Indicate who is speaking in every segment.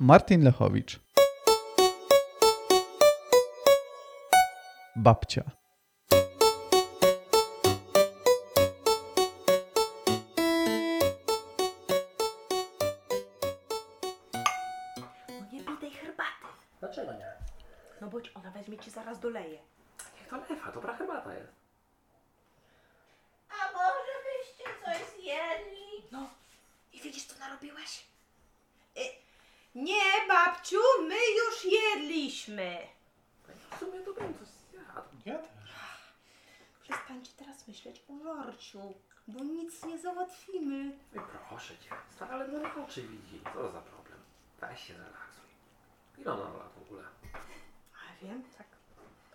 Speaker 1: Martin Lechowicz. Babcia.
Speaker 2: No nie pij tej herbaty,
Speaker 3: Dlaczego nie?
Speaker 2: no bo ci- ona weźmie ci zaraz doleje.
Speaker 3: Niech to lewa, dobra herbata jest.
Speaker 4: A może byście coś zjedli?
Speaker 2: No i widzisz co narobiłaś? Y, nie babciu, my już jedliśmy.
Speaker 3: Tak, W sumie to bym coś zjadł.
Speaker 5: Ja też.
Speaker 2: Przestańcie teraz myśleć o żarciu, bo nic nie załatwimy.
Speaker 3: Oj, proszę cię, stara, ale no nie oczy widzi. Co za problem? Weź się relaksuj. Ile ona ma lat w ogóle?
Speaker 2: A wiem, tak,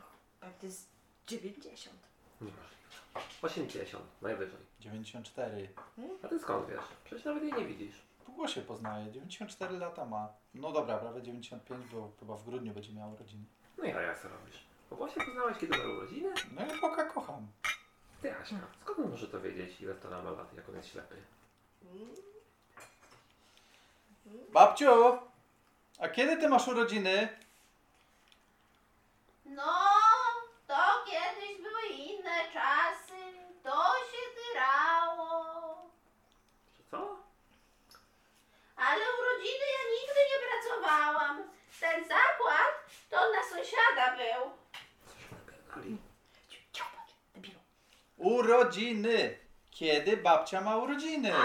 Speaker 2: no, pewnie z 90.
Speaker 3: Niemożliwe. 80, najwyżej.
Speaker 5: 94.
Speaker 3: A ty skąd wiesz? Przecież nawet jej nie widzisz.
Speaker 5: Po głosie poznaję. 94 lata ma. No dobra, prawie 95, bo chyba w grudniu będzie miał urodziny.
Speaker 3: No i to jak to robisz? Bo właśnie poznałaś kiedy ma urodziny?
Speaker 5: No ja Boga kocham.
Speaker 3: Ty, Asia,
Speaker 4: Hmm.
Speaker 3: skąd on może to wiedzieć, ile to ma lat, jak on jest ślepy?
Speaker 5: Babciu! A kiedy ty masz urodziny?
Speaker 4: No, to kiedyś były inne czasy, to się dyrało.
Speaker 3: Że co?
Speaker 4: Ale urodziny ja nigdy nie pracowałam. Ten zakład to na sąsiada był.
Speaker 3: Coś napierdali.
Speaker 4: Hmm.
Speaker 2: Ciu, ciu, patrz, debilu.
Speaker 5: Urodziny! Kiedy babcia ma urodziny?
Speaker 4: O,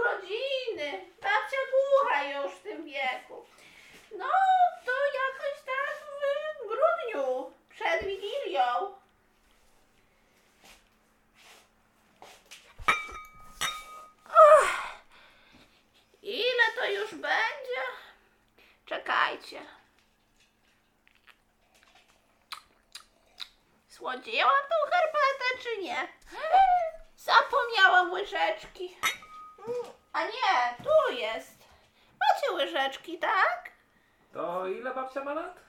Speaker 4: urodziny. Babcia głucha już w tym wieku. No, to jakoś tak w grudniu, przed Wigilią. Och, Ile to już będzie? Czekajcie. Słodziłam tą herbatę, czy nie? Zapomniałam łyżeczki. Mm, A nie, tu jest. Macie łyżeczki, tak?
Speaker 3: To ile babcia ma lat?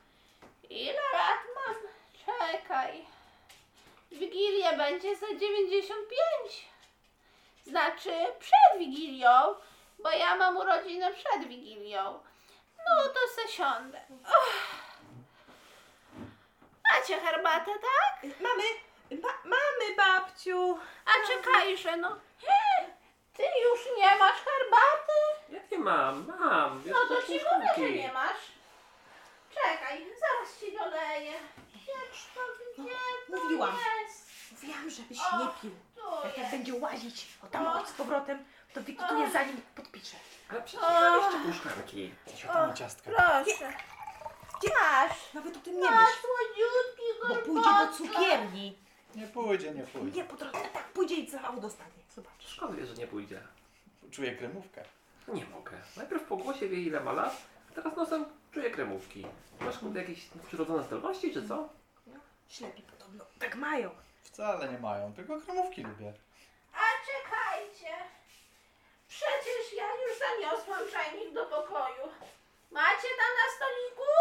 Speaker 4: Ile lat mam? Czekaj. Wigilia będzie za 95. Znaczy przed Wigilią, bo ja mam urodziny przed Wigilią. No to se siądę. Och. Macie herbatę, tak?
Speaker 2: Y, Mamy, ba- mamy babciu.
Speaker 4: A czekajże, no. Ty już nie masz herbaty?
Speaker 3: Jak nie mam? Mam. Wiesz,
Speaker 4: No to ci mówię, że nie
Speaker 3: ma.
Speaker 4: masz. Czekaj, zaraz ci doleję. Wiesz, to gdzie to
Speaker 2: mówiłam.
Speaker 4: jest?
Speaker 2: Mówiłam, żebyś
Speaker 4: O,
Speaker 2: nie pił.
Speaker 4: Tu
Speaker 2: Jak tak
Speaker 4: jest.
Speaker 2: będzie łazić o tam
Speaker 4: No.
Speaker 2: o, z powrotem, to Wikilię za nim podpisze.
Speaker 3: Ale przecież mam jeszcze pół szklanki.
Speaker 5: Siadamy ciastka.
Speaker 4: Proszę. Gdzie masz?
Speaker 2: Nawet o tym nie
Speaker 4: Masz
Speaker 2: myśl,
Speaker 4: słodziutki
Speaker 2: bo
Speaker 4: gorbaczek.
Speaker 2: pójdzie do cukierni.
Speaker 5: Nie pójdzie, nie pójdzie.
Speaker 2: Nie, po drodze tak pójdzie i całą dostanie. Zobacz.
Speaker 3: Skąd wiesz, że nie pójdzie? No
Speaker 5: Czuję kremówkę.
Speaker 3: Nie mogę. Najpierw po głosie wie ile ma lat, a teraz nosem czuję kremówki. Masz kurde jakieś przyrodzone zdolności czy co?
Speaker 2: No, Ślepi podobno. Tak mają.
Speaker 5: Wcale nie mają, tylko kremówki lubię.
Speaker 4: A czekajcie. Przecież ja już zaniosłam czajnik do pokoju. Macie tam na stoliku?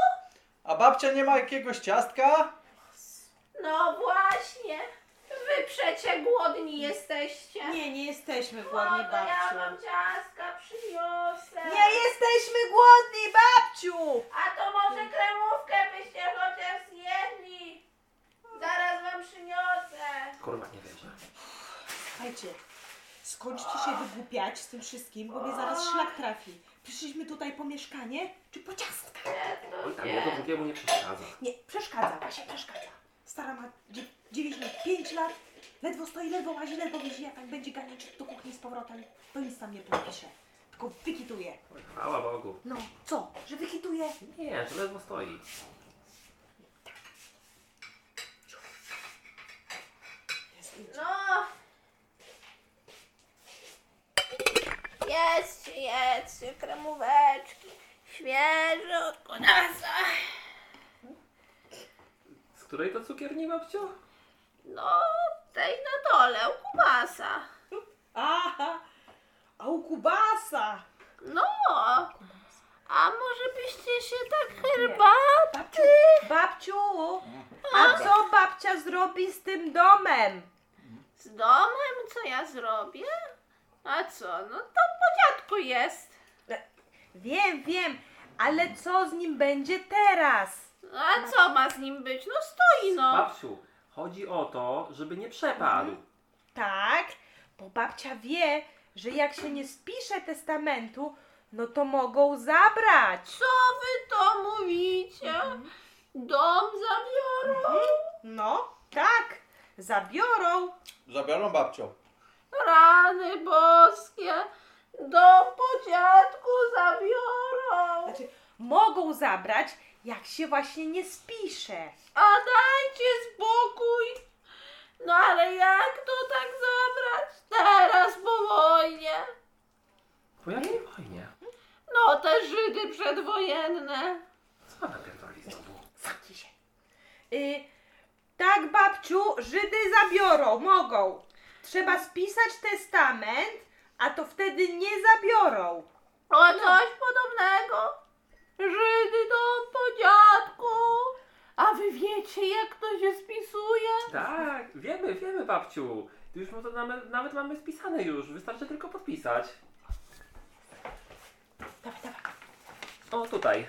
Speaker 5: A babcia nie ma jakiegoś ciastka?
Speaker 4: No właśnie. Wy przecie głodni jesteście.
Speaker 2: Nie, nie jesteśmy
Speaker 4: No
Speaker 2: głodni,
Speaker 4: to ja wam
Speaker 2: babciu.
Speaker 4: ciastka przyniosę.
Speaker 2: Nie jesteśmy głodni, babciu!
Speaker 4: A to może kremówkę byście chociaż zjedli. Zaraz wam przyniosę.
Speaker 3: Kurwa nie wierzę.
Speaker 2: Słuchajcie, skończcie się wygłupiać z tym wszystkim, bo mnie zaraz szlak trafi. Przyszliśmy tutaj po mieszkanie czy po ciastka?
Speaker 3: Oj
Speaker 4: To
Speaker 3: tam jedno
Speaker 4: nie.
Speaker 3: drugiemu nie przeszkadza.
Speaker 2: Nie, przeszkadza, właśnie przeszkadza. Stara ma dzie- 95 lat, ledwo stoi, ledwo łazi, ledwo wyjdzie, jak tak będzie ganić do kuchni z powrotem, to nic tam nie podpisze. Tylko wykituje.
Speaker 3: Oj, Chwała Bogu.
Speaker 2: No, co? Że wykituje?
Speaker 3: Nie, że ledwo stoi.
Speaker 2: Jest,
Speaker 4: No. Jedzcie, jedzcie kremóweczki. Świeże od konasa.
Speaker 3: Z której to cukierni babcio?
Speaker 4: No, tej na dole, u kubasa.
Speaker 2: Aha! A u Kubasa!
Speaker 4: No. A może byście się tak herbatą
Speaker 2: Babciu! Babciu! A co babcia zrobi z tym domem?
Speaker 4: z domem, co ja zrobię? A co? No to po dziadku jest.
Speaker 2: Wiem, wiem, Ale co z nim będzie teraz?
Speaker 4: No a co ma z nim być? No stoi no. Mhm.
Speaker 3: Babciu, chodzi o to, żeby nie przepadł.
Speaker 2: Tak, bo babcia wie, że jak się nie spisze testamentu, no to mogą zabrać.
Speaker 4: Co wy to mówicie? Dom zabiorą?
Speaker 2: No, tak, zabiorą.
Speaker 5: Zabiorą babcią.
Speaker 4: Rany boskie. Dom po dziadku zabiorą.
Speaker 2: Znaczy, mogą zabrać, jak się właśnie nie spisze.
Speaker 4: A dajcie spokój! No ale jak to tak zabrać? Teraz po wojnie.
Speaker 3: Po jakiej wojnie?
Speaker 4: No te Żydy przedwojenne.
Speaker 3: Co ona pierdoli znowu?
Speaker 2: Zamknij się. Y, tak, babciu, Żydy zabiorą, mogą. Trzeba spisać testament, a to wtedy nie zabiorą.
Speaker 4: O coś podobnego. Żydy do po dziadku. A wy wiecie jak to się spisuje?
Speaker 3: Tak, wiemy, wiemy babciu. Już to nawet, nawet mamy spisane już, wystarczy tylko podpisać.
Speaker 2: Dawaj, dawaj.
Speaker 3: O, tutaj.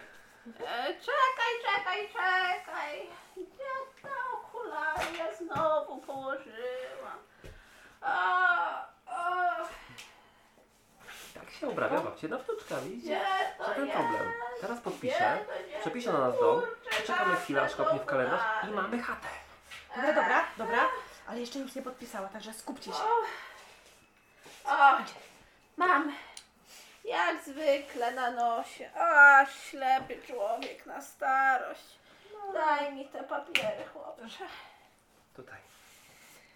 Speaker 4: E, czekaj, czekaj, czekaj. Gdzie te okulary ja znowu położyłam? A, a,
Speaker 3: Tak się uprawia babcie na wnuczka, widzicie?
Speaker 4: gdzie to
Speaker 3: Żaden
Speaker 4: jest?
Speaker 3: problem. Teraz podpiszę,
Speaker 4: Gdzie to, gdzie
Speaker 3: przepiszę
Speaker 4: to?
Speaker 3: na nas dom,
Speaker 4: Kurczę,
Speaker 3: czekamy chwilę, aż
Speaker 4: zawsze
Speaker 3: kopnie w kalendarz i
Speaker 4: okulary.
Speaker 3: mamy chatę.
Speaker 2: Dobra, dobra, dobra, ale jeszcze nic nie podpisała, także skupcie się.
Speaker 4: O, mam. Jak zwykle na nosie. A, ślepy człowiek na starość.
Speaker 2: No.
Speaker 4: Daj mi te papiery, chłopcze.
Speaker 3: Tutaj.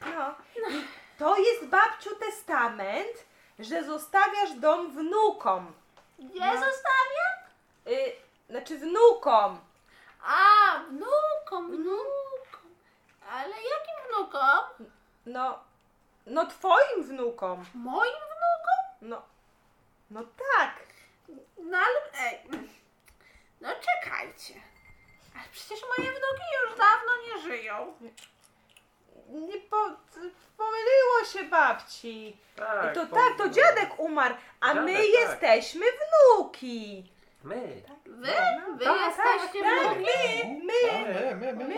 Speaker 2: No. I to jest babciu testament, że zostawiasz dom wnukom.
Speaker 4: Gdzie
Speaker 2: No.
Speaker 4: zostawię?
Speaker 2: Y, znaczy wnukom.
Speaker 4: A, wnukom, wnukom. Ale jakim wnukom?
Speaker 2: No, no twoim wnukom.
Speaker 4: Moim wnukom?
Speaker 2: No, no tak.
Speaker 4: No ale, ej, no czekajcie. Ale przecież moje wnuki już dawno nie żyją.
Speaker 2: Nie po, pomyliło się babci.
Speaker 3: Tak,
Speaker 2: to
Speaker 3: po-
Speaker 2: tak, to dziadek umarł, a my
Speaker 3: Dziadek, tak.
Speaker 2: jesteśmy wnuki.
Speaker 3: My.
Speaker 4: Wy,
Speaker 2: No,
Speaker 4: wy
Speaker 2: tak,
Speaker 4: jesteście
Speaker 2: tak,
Speaker 4: wnuki.
Speaker 5: My, my, my, my.
Speaker 3: My.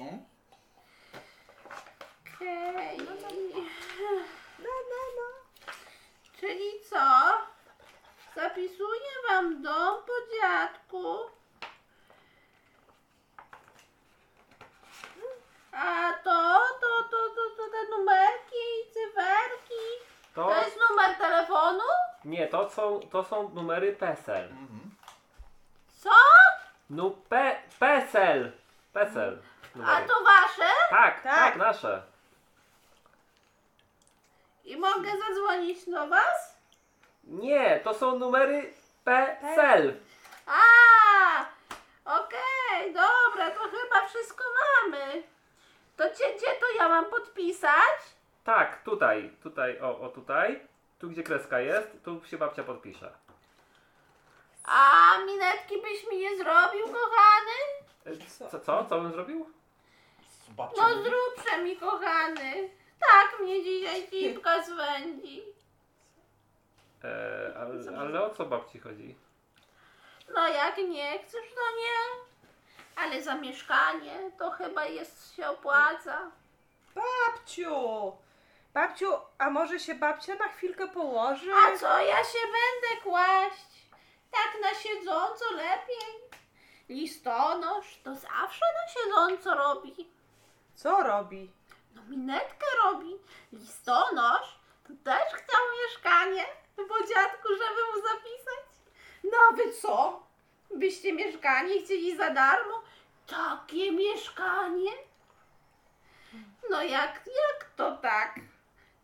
Speaker 5: No.
Speaker 4: Okej.
Speaker 2: No, no, no.
Speaker 4: Czyli co? Zapisuję wam dom po dziadku. A to, to, to, to, to te numerki i cyferki.
Speaker 3: To,
Speaker 4: To jest numer telefonu?
Speaker 3: nie, to są, to są numery PESEL.
Speaker 5: Mhm.
Speaker 4: Co?
Speaker 3: No, pe, PESEL. PESEL.
Speaker 4: A
Speaker 3: Numery.
Speaker 4: to wasze?
Speaker 2: Tak.
Speaker 3: Tak, tak, nasze.
Speaker 4: I mogę zadzwonić do was?
Speaker 3: Nie, to są numery PESEL.
Speaker 4: A, okej, dobra, to chyba wszystko mamy. To gdzie, gdzie to ja mam podpisać?
Speaker 3: Tak, tutaj, tutaj, o, o tutaj. Tu gdzie kreska jest, tu się babcia podpisze.
Speaker 4: A minetki byś mi nie zrobił, kochany?
Speaker 3: E, Co, co? Co bym zrobił?
Speaker 5: Z babcią.
Speaker 4: No zróbże mi, kochany. Tak mnie dzisiaj cipka zwędzi.
Speaker 3: E, ale, ale o co babci chodzi?
Speaker 4: No jak nie chcesz, to nie. Ale za mieszkanie to chyba jest się opłaca.
Speaker 2: Babciu, babciu, a może się babcia na chwilkę położy?
Speaker 4: A co ja się będę kłaść? Tak na siedząco lepiej. Listonosz to zawsze na siedząco robi.
Speaker 2: Co robi?
Speaker 4: No minetkę robi. Listonosz to też chciał mieszkanie po dziadku, żeby mu zapisać. No a wy co? Byście mieszkanie chcieli za darmo? Takie mieszkanie? No jak, jak to tak?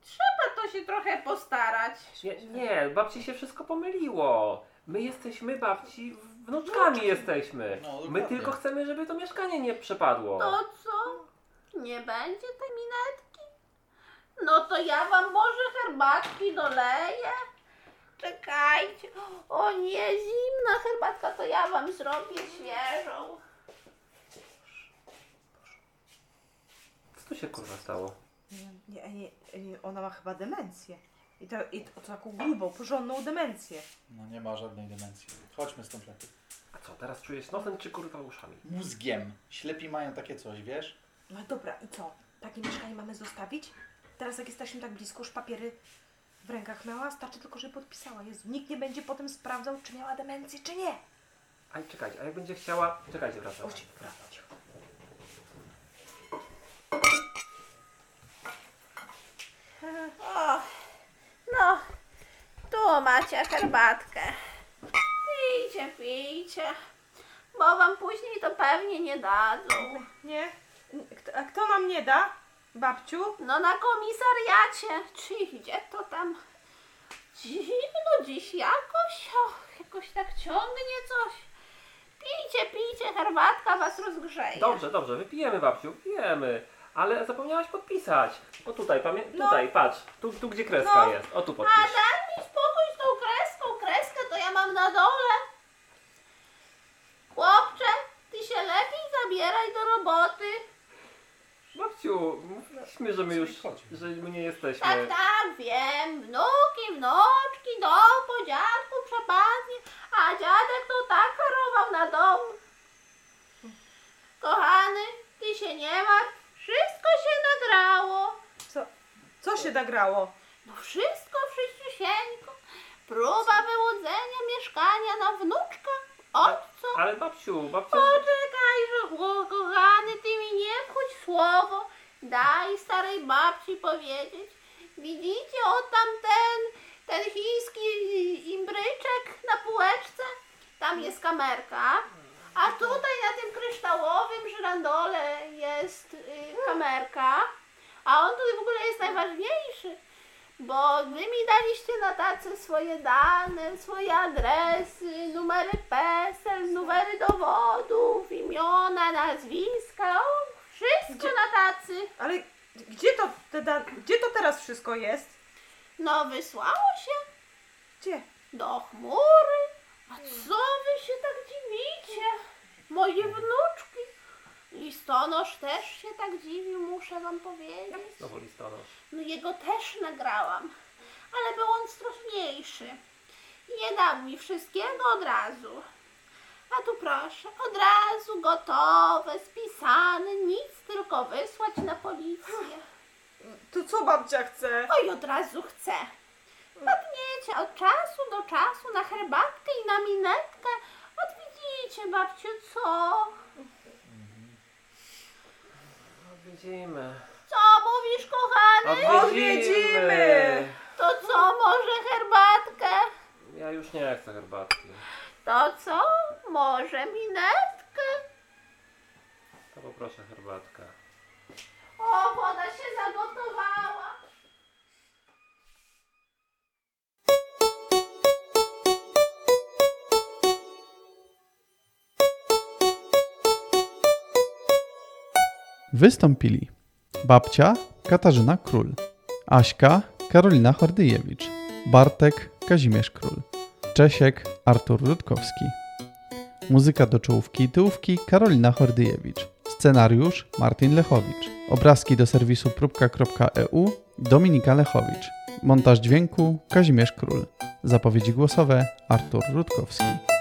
Speaker 4: Trzeba to się trochę postarać.
Speaker 3: Nie, nie, babci się wszystko pomyliło. My jesteśmy babci, wnuczkami jesteśmy.
Speaker 5: No,
Speaker 3: My
Speaker 5: dokładnie.
Speaker 3: tylko chcemy, żeby to mieszkanie nie przepadło.
Speaker 4: To co? Nie będzie tej minetki? No to ja wam może herbatki doleję. Czekajcie. O nie, zimna herbatka, to ja wam zrobię świeżą.
Speaker 3: Co tu się kurwa stało?
Speaker 2: Nie, nie, nie, ona ma chyba demencję. I to, i to taką grubą, porządną demencję.
Speaker 5: No nie ma żadnej demencji. Chodźmy stąd lepiej.
Speaker 3: A co, teraz czujesz nosem czy kurwa uszami?
Speaker 5: Mózgiem. Ślepi mają takie coś, wiesz?
Speaker 2: No dobra, i co? Takie mieszkanie mamy zostawić? Teraz jak jesteśmy tak blisko, już papiery w rękach miała, starczy tylko, żeby podpisała. Jezu, nikt nie będzie potem sprawdzał, czy miała demencję, czy nie.
Speaker 3: Aj, czekajcie, a jak będzie chciała... Czekajcie, wracam.
Speaker 2: Chodź, wracam.
Speaker 4: O, no, tu macie herbatkę. Pijcie, pijcie, bo wam później to pewnie nie dadzą.
Speaker 1: Nie? Kto- A kto nam nie da? Babciu?
Speaker 4: No na komisariacie, czy gdzie to tam? Zimno dziś jakoś, och, jakoś tak ciągnie coś. Pijcie, pijcie, herbatka was rozgrzeje.
Speaker 3: Dobrze, dobrze, wypijemy babciu, wypijemy. Ale zapomniałaś podpisać. O tutaj, pamię... tutaj, patrz. Tu, tu gdzie kreska
Speaker 4: No.
Speaker 3: jest. O tu
Speaker 4: A
Speaker 3: podpisz.
Speaker 4: daj mi spokój z tą kreską, kreskę to ja mam na dole. Chłopcze, ty się lepiej zabieraj do roboty.
Speaker 3: Babciu, mówiliśmy, że my już,
Speaker 5: Chodź.
Speaker 3: że my nie jesteśmy.
Speaker 4: Tak, tak, wiem, wnuki, wnuczki, do po dziadku przepadnie, a dziadek to tak chorował na dom. Kochany, ty się nie martw, wszystko się nagrało.
Speaker 1: Co, co się nagrało?
Speaker 4: No wszystko, wszyściusieńko. Próba wyłudzenia mieszkania na wnuczka. Ojcu,
Speaker 3: Ale babciu, babciu...
Speaker 4: poczekajże, o, kochany, ty mi nie wchodź w słowo. Daj starej babci powiedzieć. Widzicie, o tam ten, ten chiński imbryczek na półeczce? Tam jest kamerka. A tutaj na tym kryształowym żyrandole jest y, kamerka. A on tutaj w ogóle jest najważniejszy. Bo wy mi daliście na tacy swoje dane, swoje adresy, numery PESEL, numery dowodów, imiona, nazwiska, o, wszystko na tacy.
Speaker 1: Ale gdzie to, te da, gdzie to teraz wszystko jest?
Speaker 4: No wysłało się
Speaker 1: Gdzie?
Speaker 4: do chmury. A co wy się tak dziwicie? Moje wnuczki. Listonosz też się tak dziwił, muszę wam powiedzieć.
Speaker 3: Znowu listonosz.
Speaker 4: No jego też nagrałam, ale był on straszniejszy. Nie dał mi wszystkiego od razu. A tu proszę, od razu gotowe, spisane, nic tylko wysłać na policję.
Speaker 1: To co babcia chce?
Speaker 4: Oj, od razu chcę. Padniecie od czasu do czasu na herbatkę i na minetkę. Odwiedzicie, babciu, co?
Speaker 3: Odwiedzimy.
Speaker 4: Co mówisz, kochany?
Speaker 1: Odwiedzimy!
Speaker 4: To co, może herbatkę?
Speaker 3: Ja już nie chcę herbatki.
Speaker 4: To co? Może minetkę?
Speaker 3: To poproszę herbatkę.
Speaker 4: O, woda się zagotowała.
Speaker 6: Wystąpili babcia Katarzyna Król, Aśka Karolina Hordyjewicz, Bartek Kazimierz Król, Czesiek Artur Rutkowski. Muzyka do czołówki i tyłówki Karolina Hordyjewicz. Scenariusz Martin Lechowicz. Obrazki do serwisu próbka.eu Dominika Lechowicz. Montaż dźwięku Kazimierz Król. Zapowiedzi głosowe Artur Rutkowski.